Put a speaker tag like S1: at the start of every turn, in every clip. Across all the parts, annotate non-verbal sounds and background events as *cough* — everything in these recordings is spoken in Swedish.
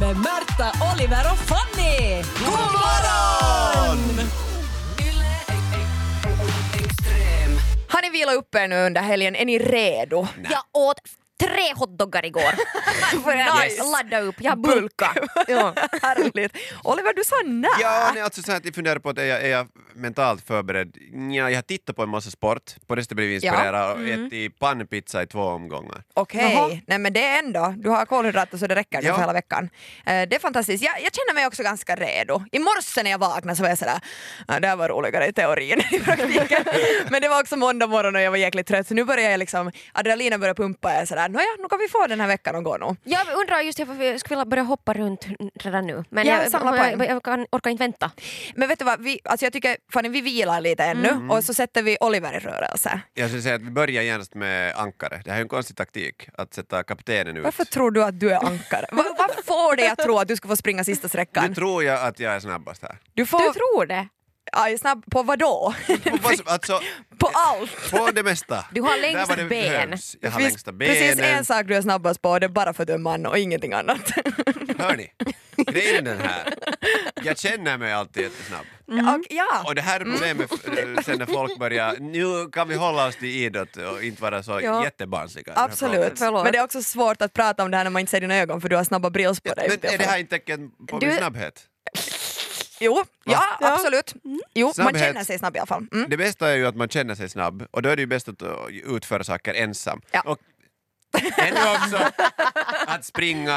S1: hälsa Oliver och Fanny! God morgon!
S2: Har ni vilat upp er nu under helgen? Är ni redo?
S3: Jag åt tre hotdoggar igår
S2: *laughs*
S3: för att
S2: Nice.
S3: ladda upp. Jag bulkade.
S2: ja, härligt. Oliver, du sa nej.
S4: Ja, nej, alltså så här att jag funderar på att är jag, är jag mentalt förberedd? Nja, jag har tittat på en massa sport, på det blev jag inspirerad och ätit pannpizza i två omgångar.
S2: Okej,
S1: Jaha.
S2: nej men det är ändå, du har kolhydrater så det räcker nu
S4: Ja.
S2: för hela veckan. Eh, det är fantastiskt, jag, jag känner mig också ganska redo. I morse när jag vaknade så var jag sådär, "Ah, det här var roligare i teorin än i
S4: *laughs*
S2: praktiken. men det var också måndag morgon och jag var jäkligt trött så nu börjar jag liksom, adrenalinen börjar pumpa och jag är sådär, nåja nu kan vi få den här veckan att gå nu.
S3: Jag undrar just varför jag skulle vilja börja hoppa runt redan nu. Men
S2: Ja,
S3: jag,
S2: samla
S3: jag,
S2: poäng.
S3: jag, kan, orkar inte vänta.
S2: Men vet du vad, vi, alltså jag tycker Fanny vi vilar lite ännu
S4: Mm.
S2: och så sätter vi Oliver i rörelse.
S4: Jag skulle säga att vi börjar genast med ankare. Det här är ju en konstig taktik, att sätta kaptenen ut.
S2: Varför tror du att du är ankare? Va, *laughs* vad får dig att tro att du ska få springa sista
S4: Nu
S2: sträckan?
S4: tror jag att jag är snabbast här.
S2: Du får...
S3: Du tror det?
S2: Aj, snabb, på vad då? *laughs*
S4: På, vad- alltså,
S2: på allt!
S4: på det mesta.
S3: Du har
S4: Där
S3: längst
S4: var det
S3: ben.
S4: behövs. Jag har
S2: finns
S4: längsta benen.
S2: precis en sak du är snabbast på och det är bara för att du är man och ingenting annat.
S4: Hör ni? Grejen är den här. Jag känner mig alltid jättesnabb.
S2: Och, *laughs* ja.
S4: Mm. Och det här är problemet eh, sen när folk börjar, nu kan vi hålla oss till idrott och inte vara så
S2: Ja.
S4: jättebarnsliga. i den här
S2: Absolut,
S4: frågan.
S2: men det är också svårt att prata om det här när man inte ser dina ögon för du har snabba brills på dig.
S4: Men är det här inte tecken på min
S3: Du-
S4: snabbhet?
S2: Jo, ja, absolut. Jo, man
S4: Mm. Snabbhet.
S2: känner sig snabb i alla fall. Mm.
S4: Det bästa är ju att man känner sig snabb och då är det ju bäst att uh, utföra saker ensam.
S2: Ja.
S4: Och ännu också att springa,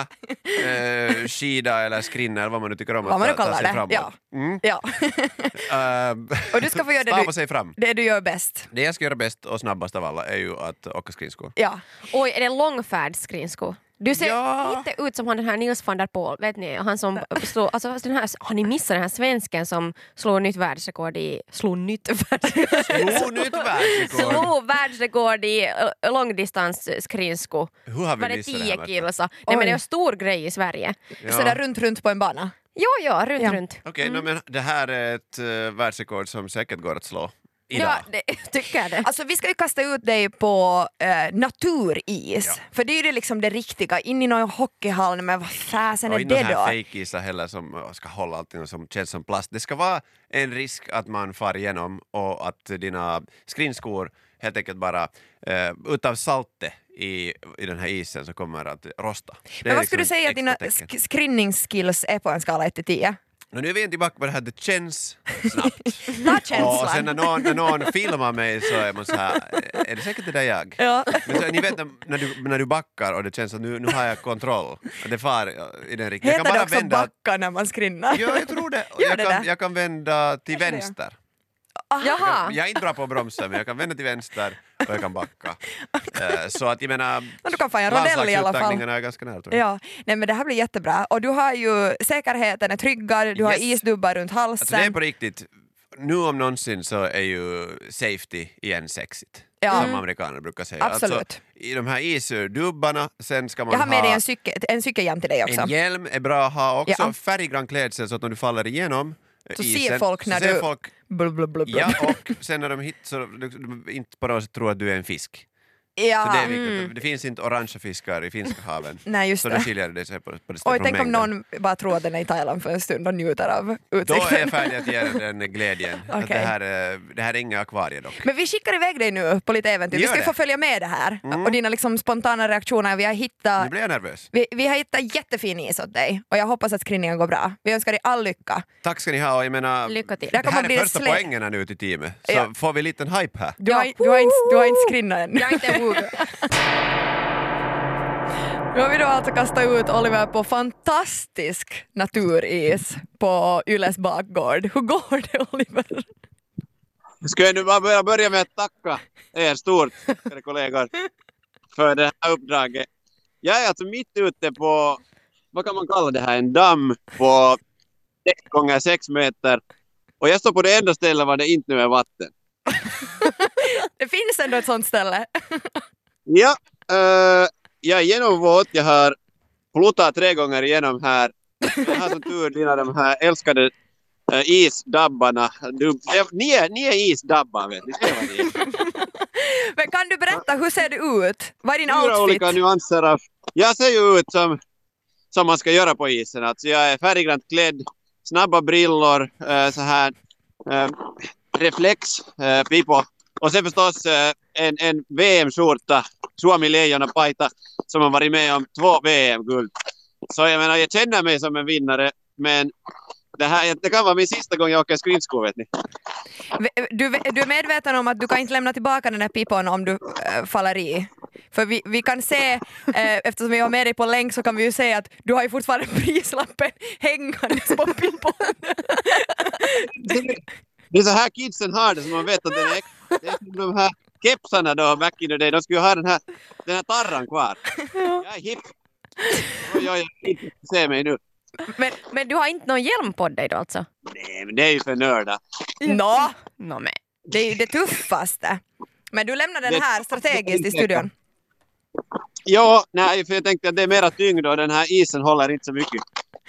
S4: eh, skida eller skrinna eller vad man nu tycker om
S2: Vad man nu
S4: att ta, ta
S2: kallar
S4: sig
S2: det,
S4: framåt.
S2: ja.
S4: Mm.
S2: Ja. *laughs*
S4: Eh,
S2: Och du ska få göra det
S4: stava
S2: du-
S4: sig fram.
S2: Det du gör bäst.
S4: Det jag ska göra bäst och snabbast av alla är ju att åka skridskor.
S2: Ja.
S3: Oj, är det långfärdsskridsko? Du ser
S4: Ja.
S3: lite ut som han den här Nils van der Poel, vet ni?
S2: *laughs*
S3: Han som slog, alltså, den här, har ni missat den här svensken som slog nytt världsrekord i... Slog nytt världsrekord?
S4: Jo, nytt världsrekord!
S3: slog världsrekord i eh, långdistansskridsko.
S4: Hur har
S3: Var
S4: vi
S3: det
S4: missat det här?
S3: 10
S4: Märta?
S3: kilo? så? Nej
S2: Oj.
S3: men det är en stor grej i Sverige.
S4: Ja.
S2: Sådär runt, Mm. runt på en bana.
S3: Jo, jo, runt,
S2: Ja.
S3: runt.
S4: Okej, nå, men det här är ett uh, världsrekord som säkert går att slå idag.
S3: Ja, det, *laughs* tycker jag det.
S2: Alltså vi ska ju kasta ut dig på eh, naturis,
S4: Ja.
S2: för det är ju det liksom det riktiga. In i någon hockeyhall, men vad fasen
S4: Och
S2: är
S4: inte
S2: det
S4: någon sån
S2: då?
S4: här fejkisar heller som äh, ska hålla allting som känns som plast. Det ska vara en risk att man far igenom och att dina skrinskor helt enkelt bara eh, utav saltet i, i den här isen så kommer att rosta. Det
S2: Men
S4: är
S2: vad skulle du
S4: liksom
S2: säga att dina
S4: extra tecken.
S2: sk- screening-skills är på en skala 1 till 10?
S4: Nå, nu är vi tillbaka på det här, det känns snabbt.
S2: *laughs* Ta
S4: Och sen
S2: känslan!
S4: när någon, när någon filmar mig så är man så här, är det säkert det där jag?
S2: Ja.
S4: Men så, ni vet när- när du, när du backar och det känns att nu, nu har jag kontroll, att det far äh, i den riktningen.
S2: Heter
S4: Jag kan
S2: det
S4: bara
S2: också
S4: vända
S2: backa när man screenar?
S4: Ja,
S2: *laughs*
S4: jag tror det. Och
S2: Gör
S4: jag,
S2: det
S4: kan,
S2: det?
S4: jag kan vända till
S2: Kanske det.
S4: vänster.
S2: Ah,
S3: Jaha.
S4: Jag är inte bra på att bromsa, men jag kan vända till vänster och jag
S2: *laughs*
S4: kan backa. Eh, Så att jag menar,
S2: Men du kan få en rondell i alla fall.
S4: landslagsupptagningarna är ganska nära tror jag.
S2: Ja, nej men det här blir jättebra. Och du har ju, säkerheten är tryggad, du har
S4: Yes.
S2: isdubbar runt
S4: Alltså det är
S2: halsen.
S4: på riktigt, nu om någonsin så är ju safety igen sexigt.
S2: Ja.
S4: Som
S2: Mm.
S4: amerikaner brukar säga.
S2: Absolut.
S4: Alltså, I de här isdubbarna, sen ska man
S2: Jag har med
S4: ha
S2: dig en, cykel, en cykelhjälm till dig också.
S4: en hjälm, är bra att ha också.
S2: Ja.
S4: Färggrann klädsel så att om du faller igenom eh,
S2: Så ser
S4: isen,
S2: folk
S4: så
S2: när
S4: ser
S2: du-
S4: folk
S2: Blub, blub, blub, blub.
S4: Ja, och sen när de hittar så de, de inte på något sätt tror att du är en fisk. Så det,
S2: Ja.
S4: är viktigt. Det finns inte orangea fiskar i finska haven.
S2: Ah. Mm. *laughs* Nej, just
S4: så
S2: det.
S4: då skiljer det sig på, på det sättet
S2: Oj,
S4: från
S2: tänk om
S4: mängden.
S2: någon bara tror att den är i Thailand för en stund och njuter av
S4: Då är
S2: *laughs*
S4: jag
S2: utsikten.
S4: färdig att ge den den glädjen. att det,
S2: Okej.
S4: här är, det här är inga akvarier dock.
S2: Men vi skickar iväg dig nu på lite äventyr. Vi
S4: Gör
S2: ska ju
S4: det.
S2: få följa med det här och dina liksom spontana reaktioner. Vi har hittat
S4: Nu blir jag nervös.
S2: vi, vi har hittat jättefin is åt dig och jag hoppas att screeningen går bra. Vi önskar dig all lycka.
S4: Tack ska ni ha och jag menar,
S3: Lycka till.
S2: Där
S4: det
S2: kommer
S4: här
S2: bli
S4: är första
S2: slä-
S4: poängen här nu till teamet. Så
S2: Ja.
S4: får vi en liten hype här.
S2: Du,
S3: Ja.
S2: har, du, har, inte, du har inte screenat än.
S3: Jag är inte
S2: *laughs*
S3: wood.
S2: Nu har vi då alltså kastat ut Oliver på fantastisk naturis på Yles bakgård. Hur går det Oliver? *laughs*
S5: Ska jag nu bara börja, börja med att tacka er stort, kära kollegor, för det här uppdraget. Jag är alltså mitt ute på, vad kan man kalla det här, en damm på 6 gånger 6 meter. Och jag står på det enda stället var det inte nu är vatten.
S2: Det finns ändå ett sånt ställe.
S5: Ja, eh, jag är genomvåt. Jag har plotat tre gånger igenom här. Jag har som tur dina de här älskade eh, isdabbarna. Du, eh, ni, är, ni är isdabbar, vet ni. Ser vad ni är.
S2: Men kan du berätta, hur ser du ut? Vad är din
S5: fyra olika
S2: outfit?
S5: nyanser av... Jag ser ju ut som,
S4: som man ska göra på isen. Alltså jag är färggrant klädd, snabba brillor, eh, så här, eh, reflex, eh, pipo. Och sen förstås eh, en, en VM-skjorta, Suomi Leijona-pajta, som har varit med om två VM-guld. Så jag menar, jag känner mig som en vinnare, men det, här, det kan vara min sista gång jag åker skridskor, vet ni.
S2: V- Du, du är medveten om att du kan inte lämna tillbaka den där pipon om du äh, faller i? För vi, vi kan se, äh, eftersom vi har med dig på länk så kan vi ju se att du har ju fortfarande *laughs* prislappen hängandes på pipon.
S4: Det är så här kidsen har det, så man vet att den är äkta. Det är som de här kepsarna då, back in the day, de skulle ju ha den här, den här tarran kvar. Jag är hipp. Oj, oj, oj, se mig nu.
S3: Men, men du har inte någon hjälm på dig då alltså?
S4: Nej, men det är ju för nördar.
S2: *laughs* Nå,
S3: Nå, men.
S2: det är ju det tuffaste. Men du lämnar den här strategiskt i studion.
S4: Ja, nej, för jag tänkte att det är mera tyngd och den här isen håller inte så mycket.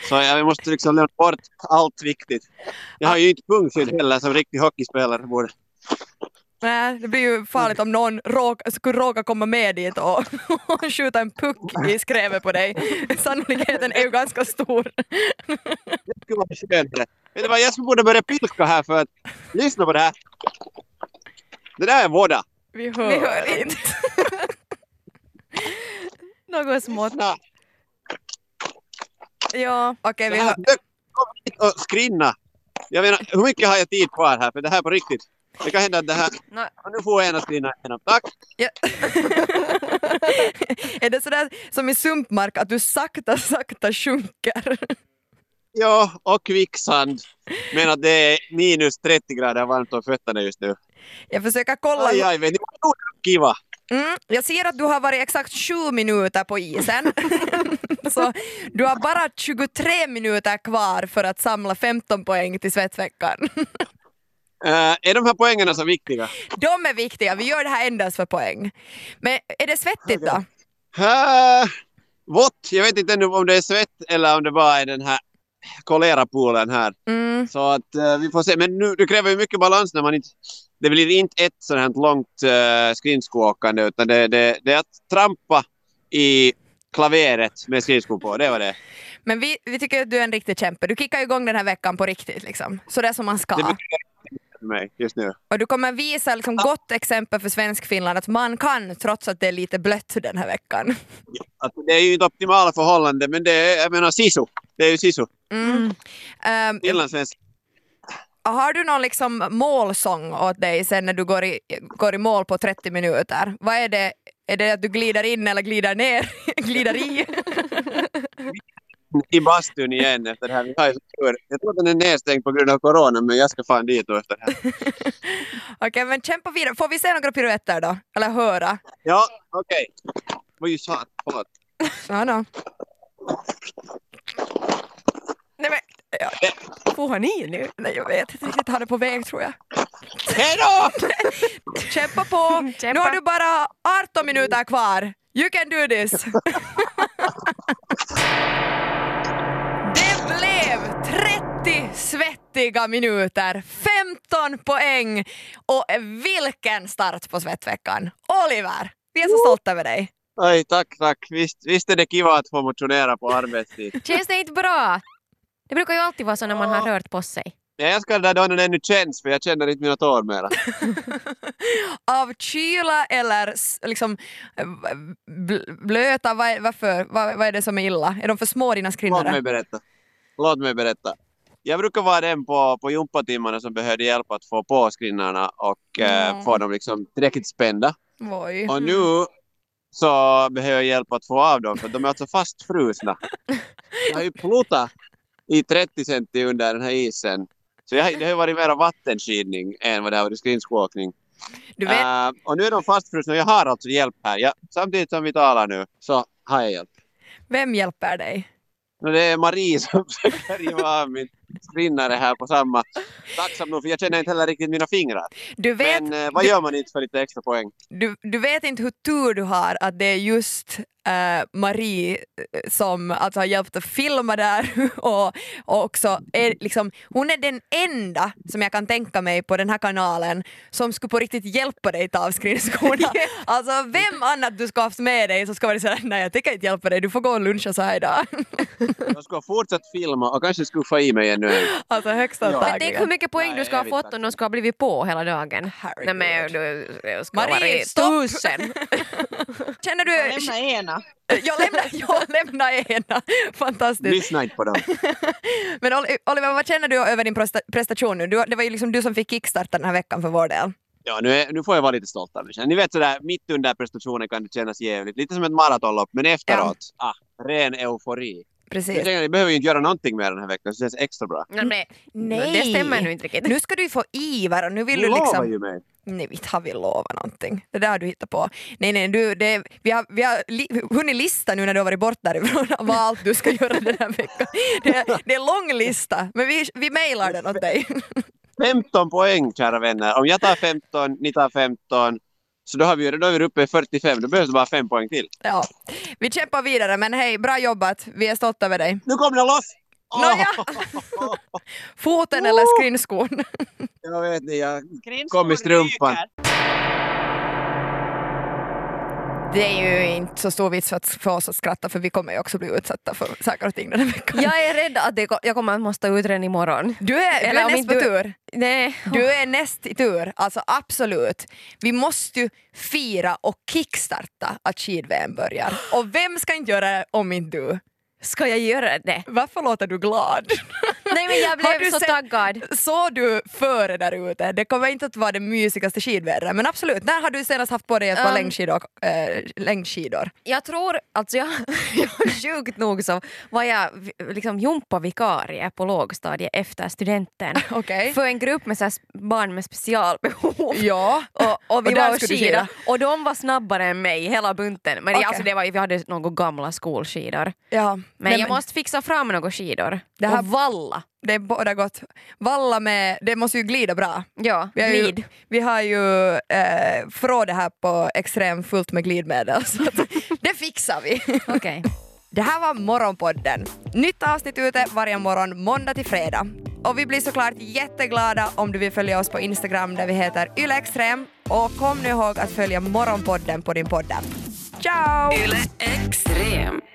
S4: Så jag måste liksom lämna bort allt viktigt. Jag har ju inte pungskydd heller som riktig hockeyspelare borde.
S2: Nej, Äh, det blir ju farligt om någon råk, skulle råka komma med dit och, *laughs* och skjuta en puck i skrevet på dig. Sannolikheten är ju ganska stor.
S4: Det skulle vara skönare. Vet du vad, jag skulle borde börja pilka här för att lyssna på det här. Det där är våda.
S2: Vi hör, Vi hör inte.
S3: *laughs* Något smått.
S4: Lyssna.
S3: Ja.
S2: Okej, vi
S4: Det här-
S2: hör. *laughs*
S4: Kom hit och skrinna. Jag menar, hur mycket har jag tid kvar här? För det här är på riktigt. Det kan hända att det här...
S3: Nå,
S4: Och nu får jag ena skrinna igenom. Tack!
S2: Är det sådär som i sumpmark att du sakta, sakta sjunker? *laughs*
S4: Ja, och kvicksand. Men att det är minus 30 grader varmt om fötterna just nu.
S2: Jag försöker kolla.
S4: Aj, aj, vet ni vad kiva?
S2: Mm, jag ser att du har varit exakt 7 minuter på isen. *laughs* Så du har bara 23 minuter kvar för att samla 15 poäng till svetsveckan.
S4: Eh, är de här poängerna så viktiga?
S2: *laughs* De är viktiga, vi gör det här endast för poäng. Men är det svettigt då?
S4: Uh, vått. Jag vet inte ännu om det är svett eller om det bara är den här kolerapoolen här.
S2: Mm,
S4: Så att eh, vi får se. Men nu, det kräver ju mycket balans när man inte... Det blir inte ett sådant här långt uh, skridskoåkande utan det, det, det är att trampa i klaveret med skridskor på. Det var det.
S2: men vi, vi tycker att du är en riktig kämpe. Du kickar ju igång den här veckan på riktigt. Liksom. Så det är som man ska.
S4: Det betyder för mig just nu.
S2: Och du kommer visa liksom gott exempel för svensk-Finland att man kan trots att det är lite blött den här veckan.
S4: Att det är ju inte optimala förhållanden men det är, jag menar sisu. Det är ju sisu.
S2: Mm. Ehm,
S4: Finlandssvensk.
S2: har du någon liksom målsång åt dig sen när du går i, går i mål på 30 minuter? Vad är det? Är det att du glider in eller glider ner? *laughs* glider i?
S4: I bastun igen efter det här. Vi har ju så tur. Jag tror att den är nedstängd på grund av corona men jag ska fan dit då efter det här.
S2: Okej, men kämpa vidare. Får vi se några piruetter då? Eller höra?
S4: Ja, okej. Vad ju sa förlåt.
S2: Ja, no.
S3: Nej, men, ja. Får han i nu?
S2: Nej, jag vet inte riktigt. Han är på väg tror jag.
S4: Hej då!
S2: Kämpa på! Nu
S3: Kämpa.
S2: har du bara 18 minuter kvar. You can do this! *laughs* Det blev 30 svettiga minuter, 15 poäng och vilken start på Svettveckan! Oliver, vi är så stolta över dig.
S4: Oj, tack, tack. Visst, visst är det kiva att få motionera på arbetstid.
S3: *laughs* Känns det inte bra? Det brukar ju alltid vara så när man har rört på sig.
S4: Nej, jag ska där då den ännu känns, för jag känner inte mina tår mera.
S2: Av kyla eller s- liksom eh, bl- blöta, vad är, varför, vad, vad är det som är illa? Är de för små dina
S4: Låt
S2: skrinnare?
S4: mig berätta. Låt mig berätta. Jag brukar vara den på, på gympatimmarna som behövde hjälp att få på skrinnarna och eh,
S2: Mm.
S4: få dem liksom tillräckligt spända.
S2: Oj.
S4: Och nu så behöver jag hjälp att få av dem, för de är alltså fastfrusna. Jag har ju plotat i 30 centi under den här isen. Så jag, det har ju varit mera vattenskidning än vad det har varit skridskoåkning.
S2: Du vet,
S4: Eh, och nu är de fastfrusna. Jag har alltså hjälp här. Jag, samtidigt som vi talar nu så har jag hjälp.
S2: vem hjälper dig?
S4: Och det är Marie som *laughs* försöker riva av min spinnare här på samma. Tacksam nog, för jag känner inte heller riktigt mina fingrar.
S2: Du vet,
S4: Men eh, vad gör man inte för lite extra poäng?
S2: du, du vet inte hur tur du har att det är just eh, Marie eh, som alltså har hjälpt att filma där *laughs* och, och också är liksom, hon är den enda som jag kan tänka mig på den här kanalen som skulle på riktigt hjälpa dig ta av *laughs* skridskorna. alltså vem annat du ska ha haft med dig som ska vara såhär, nej jag tänker inte hjälpa dig, du får gå och luncha så här idag. *laughs*
S4: Jag skulle ha fortsatt filma och kanske skuffa i mig ännu
S2: *laughs*
S4: en.
S2: alltså högsta
S4: Ja.
S3: Men tänk hur
S2: taget.
S3: mycket poäng
S4: Nej,
S3: du ska ha
S4: jag vet
S3: fått om de ska ha blivit på hela dagen. Nej
S2: Herregud.
S3: men du, du ska
S2: Marie,
S3: vara i
S2: stopp!
S3: tusen.
S2: Känner du,
S6: Lämna ena.
S2: *laughs* jag lämnar, jag lämnar *laughs* ena, fantastiskt.
S4: Lyssna inte på dem.
S2: Men Oli- Oliver, vad känner du över din presta- prestation nu? Du, det var ju liksom du som fick kickstarta den här veckan för vår del.
S4: Ja, nu, är, nu får jag vara lite stolt av mig själv. Ni vet sådär, mitt under prestationen kan det kännas jävligt. Lite som ett maratonlopp, men efteråt, ah, ren eufori. Jag
S2: Precis.
S4: känner, ni behöver ju inte göra någonting mer den här veckan, så det känns extra bra.
S3: *laughs* Nej, men Det stämmer nu inte riktigt.
S2: Nu ska du ju få iver och nu vill
S4: Ni
S2: du
S4: lovar
S2: liksom...
S4: ju mig.
S2: Nej, inte har vi lovat någonting. Det där har du hittat på. Nej, nej, du, det, vi har, vi har li, hunnit lista nu när du har varit bort därifrån *laughs* vad allt du ska göra den här veckan. Det, är- det är en lång lista, men vi, vi mejlar den åt dig. *laughs*
S4: 15 poäng, kära vänner. Om jag tar 15, ni tar 15, så då, har vi, då är vi uppe i 45. Då behövs det bara 5 poäng till.
S2: Ja. Vi kämpar vidare, men hej, bra jobbat. Vi är stolta över dig.
S4: Nu kom det loss! Åh! *laughs*
S2: Nåja. Foten eller skrinskon?
S4: Jag vet inte, jag...
S6: Grinskor
S4: Kom i strumpan.
S6: ryker.
S2: Det är ju inte så stor vits för, att, för oss att skratta för vi kommer ju också bli utsatta för saker och ting den här veckan.
S3: Jag är rädd att det, ko- jag kommer att måste ut redan imorgon.
S2: Du är, du
S3: Eller
S2: är
S3: om
S2: näst
S3: inte
S2: på
S3: du-
S2: tur.
S3: Nej.
S2: Du är näst i tur, alltså absolut. Vi måste ju fira och kickstarta att skid-VM börjar. Och vem ska inte göra det om inte du?
S3: Ska jag göra det?
S2: Varför låter du glad?
S3: Nej men jag
S2: Har du
S3: blev så
S2: sett-
S3: taggad.
S2: Såg du före där ute? Det kommer inte att vara det mysigaste skidvädret men absolut, när har du senast haft på dig ett par
S3: Um,
S2: längdskidor? Äh, längdskidor?
S3: Jag tror, alltså jag, *laughs* jag sjukt nog så var jag vi- liksom jumpavikarie på lågstadiet efter studenten.
S2: *laughs* Okej.
S3: För en grupp med så här s- barn med specialbehov.
S2: *laughs* Ja.
S3: Och, och vi
S2: Och där
S3: var och
S2: skulle du
S3: skida
S2: skida.
S3: och de var snabbare än mig hela bunten. Men det-
S2: Okej.
S3: alltså det var, ju- vi hade några gamla skolskidor.
S2: ja.
S3: Men
S2: Nej,
S3: jag måste fixa fram några skidor.
S2: Det här-
S3: Och valla.
S2: Det är båda gott. Valla med, det måste ju glida bra.
S3: Ja,
S2: Vi har ju,
S3: glid.
S2: vi har ju eh, från det här på extrem fullt med glidmedel *laughs* så att det fixar vi. *laughs*
S3: Okej.
S2: Det här var Morgonpodden. Nytt avsnitt ute varje morgon måndag till fredag. Och vi blir såklart jätteglada om du vill följa oss på Instagram där vi heter ylextrem. Och kom nu ihåg att följa Morgonpodden på din poddapp. Ciao!
S7: Yle Extrem.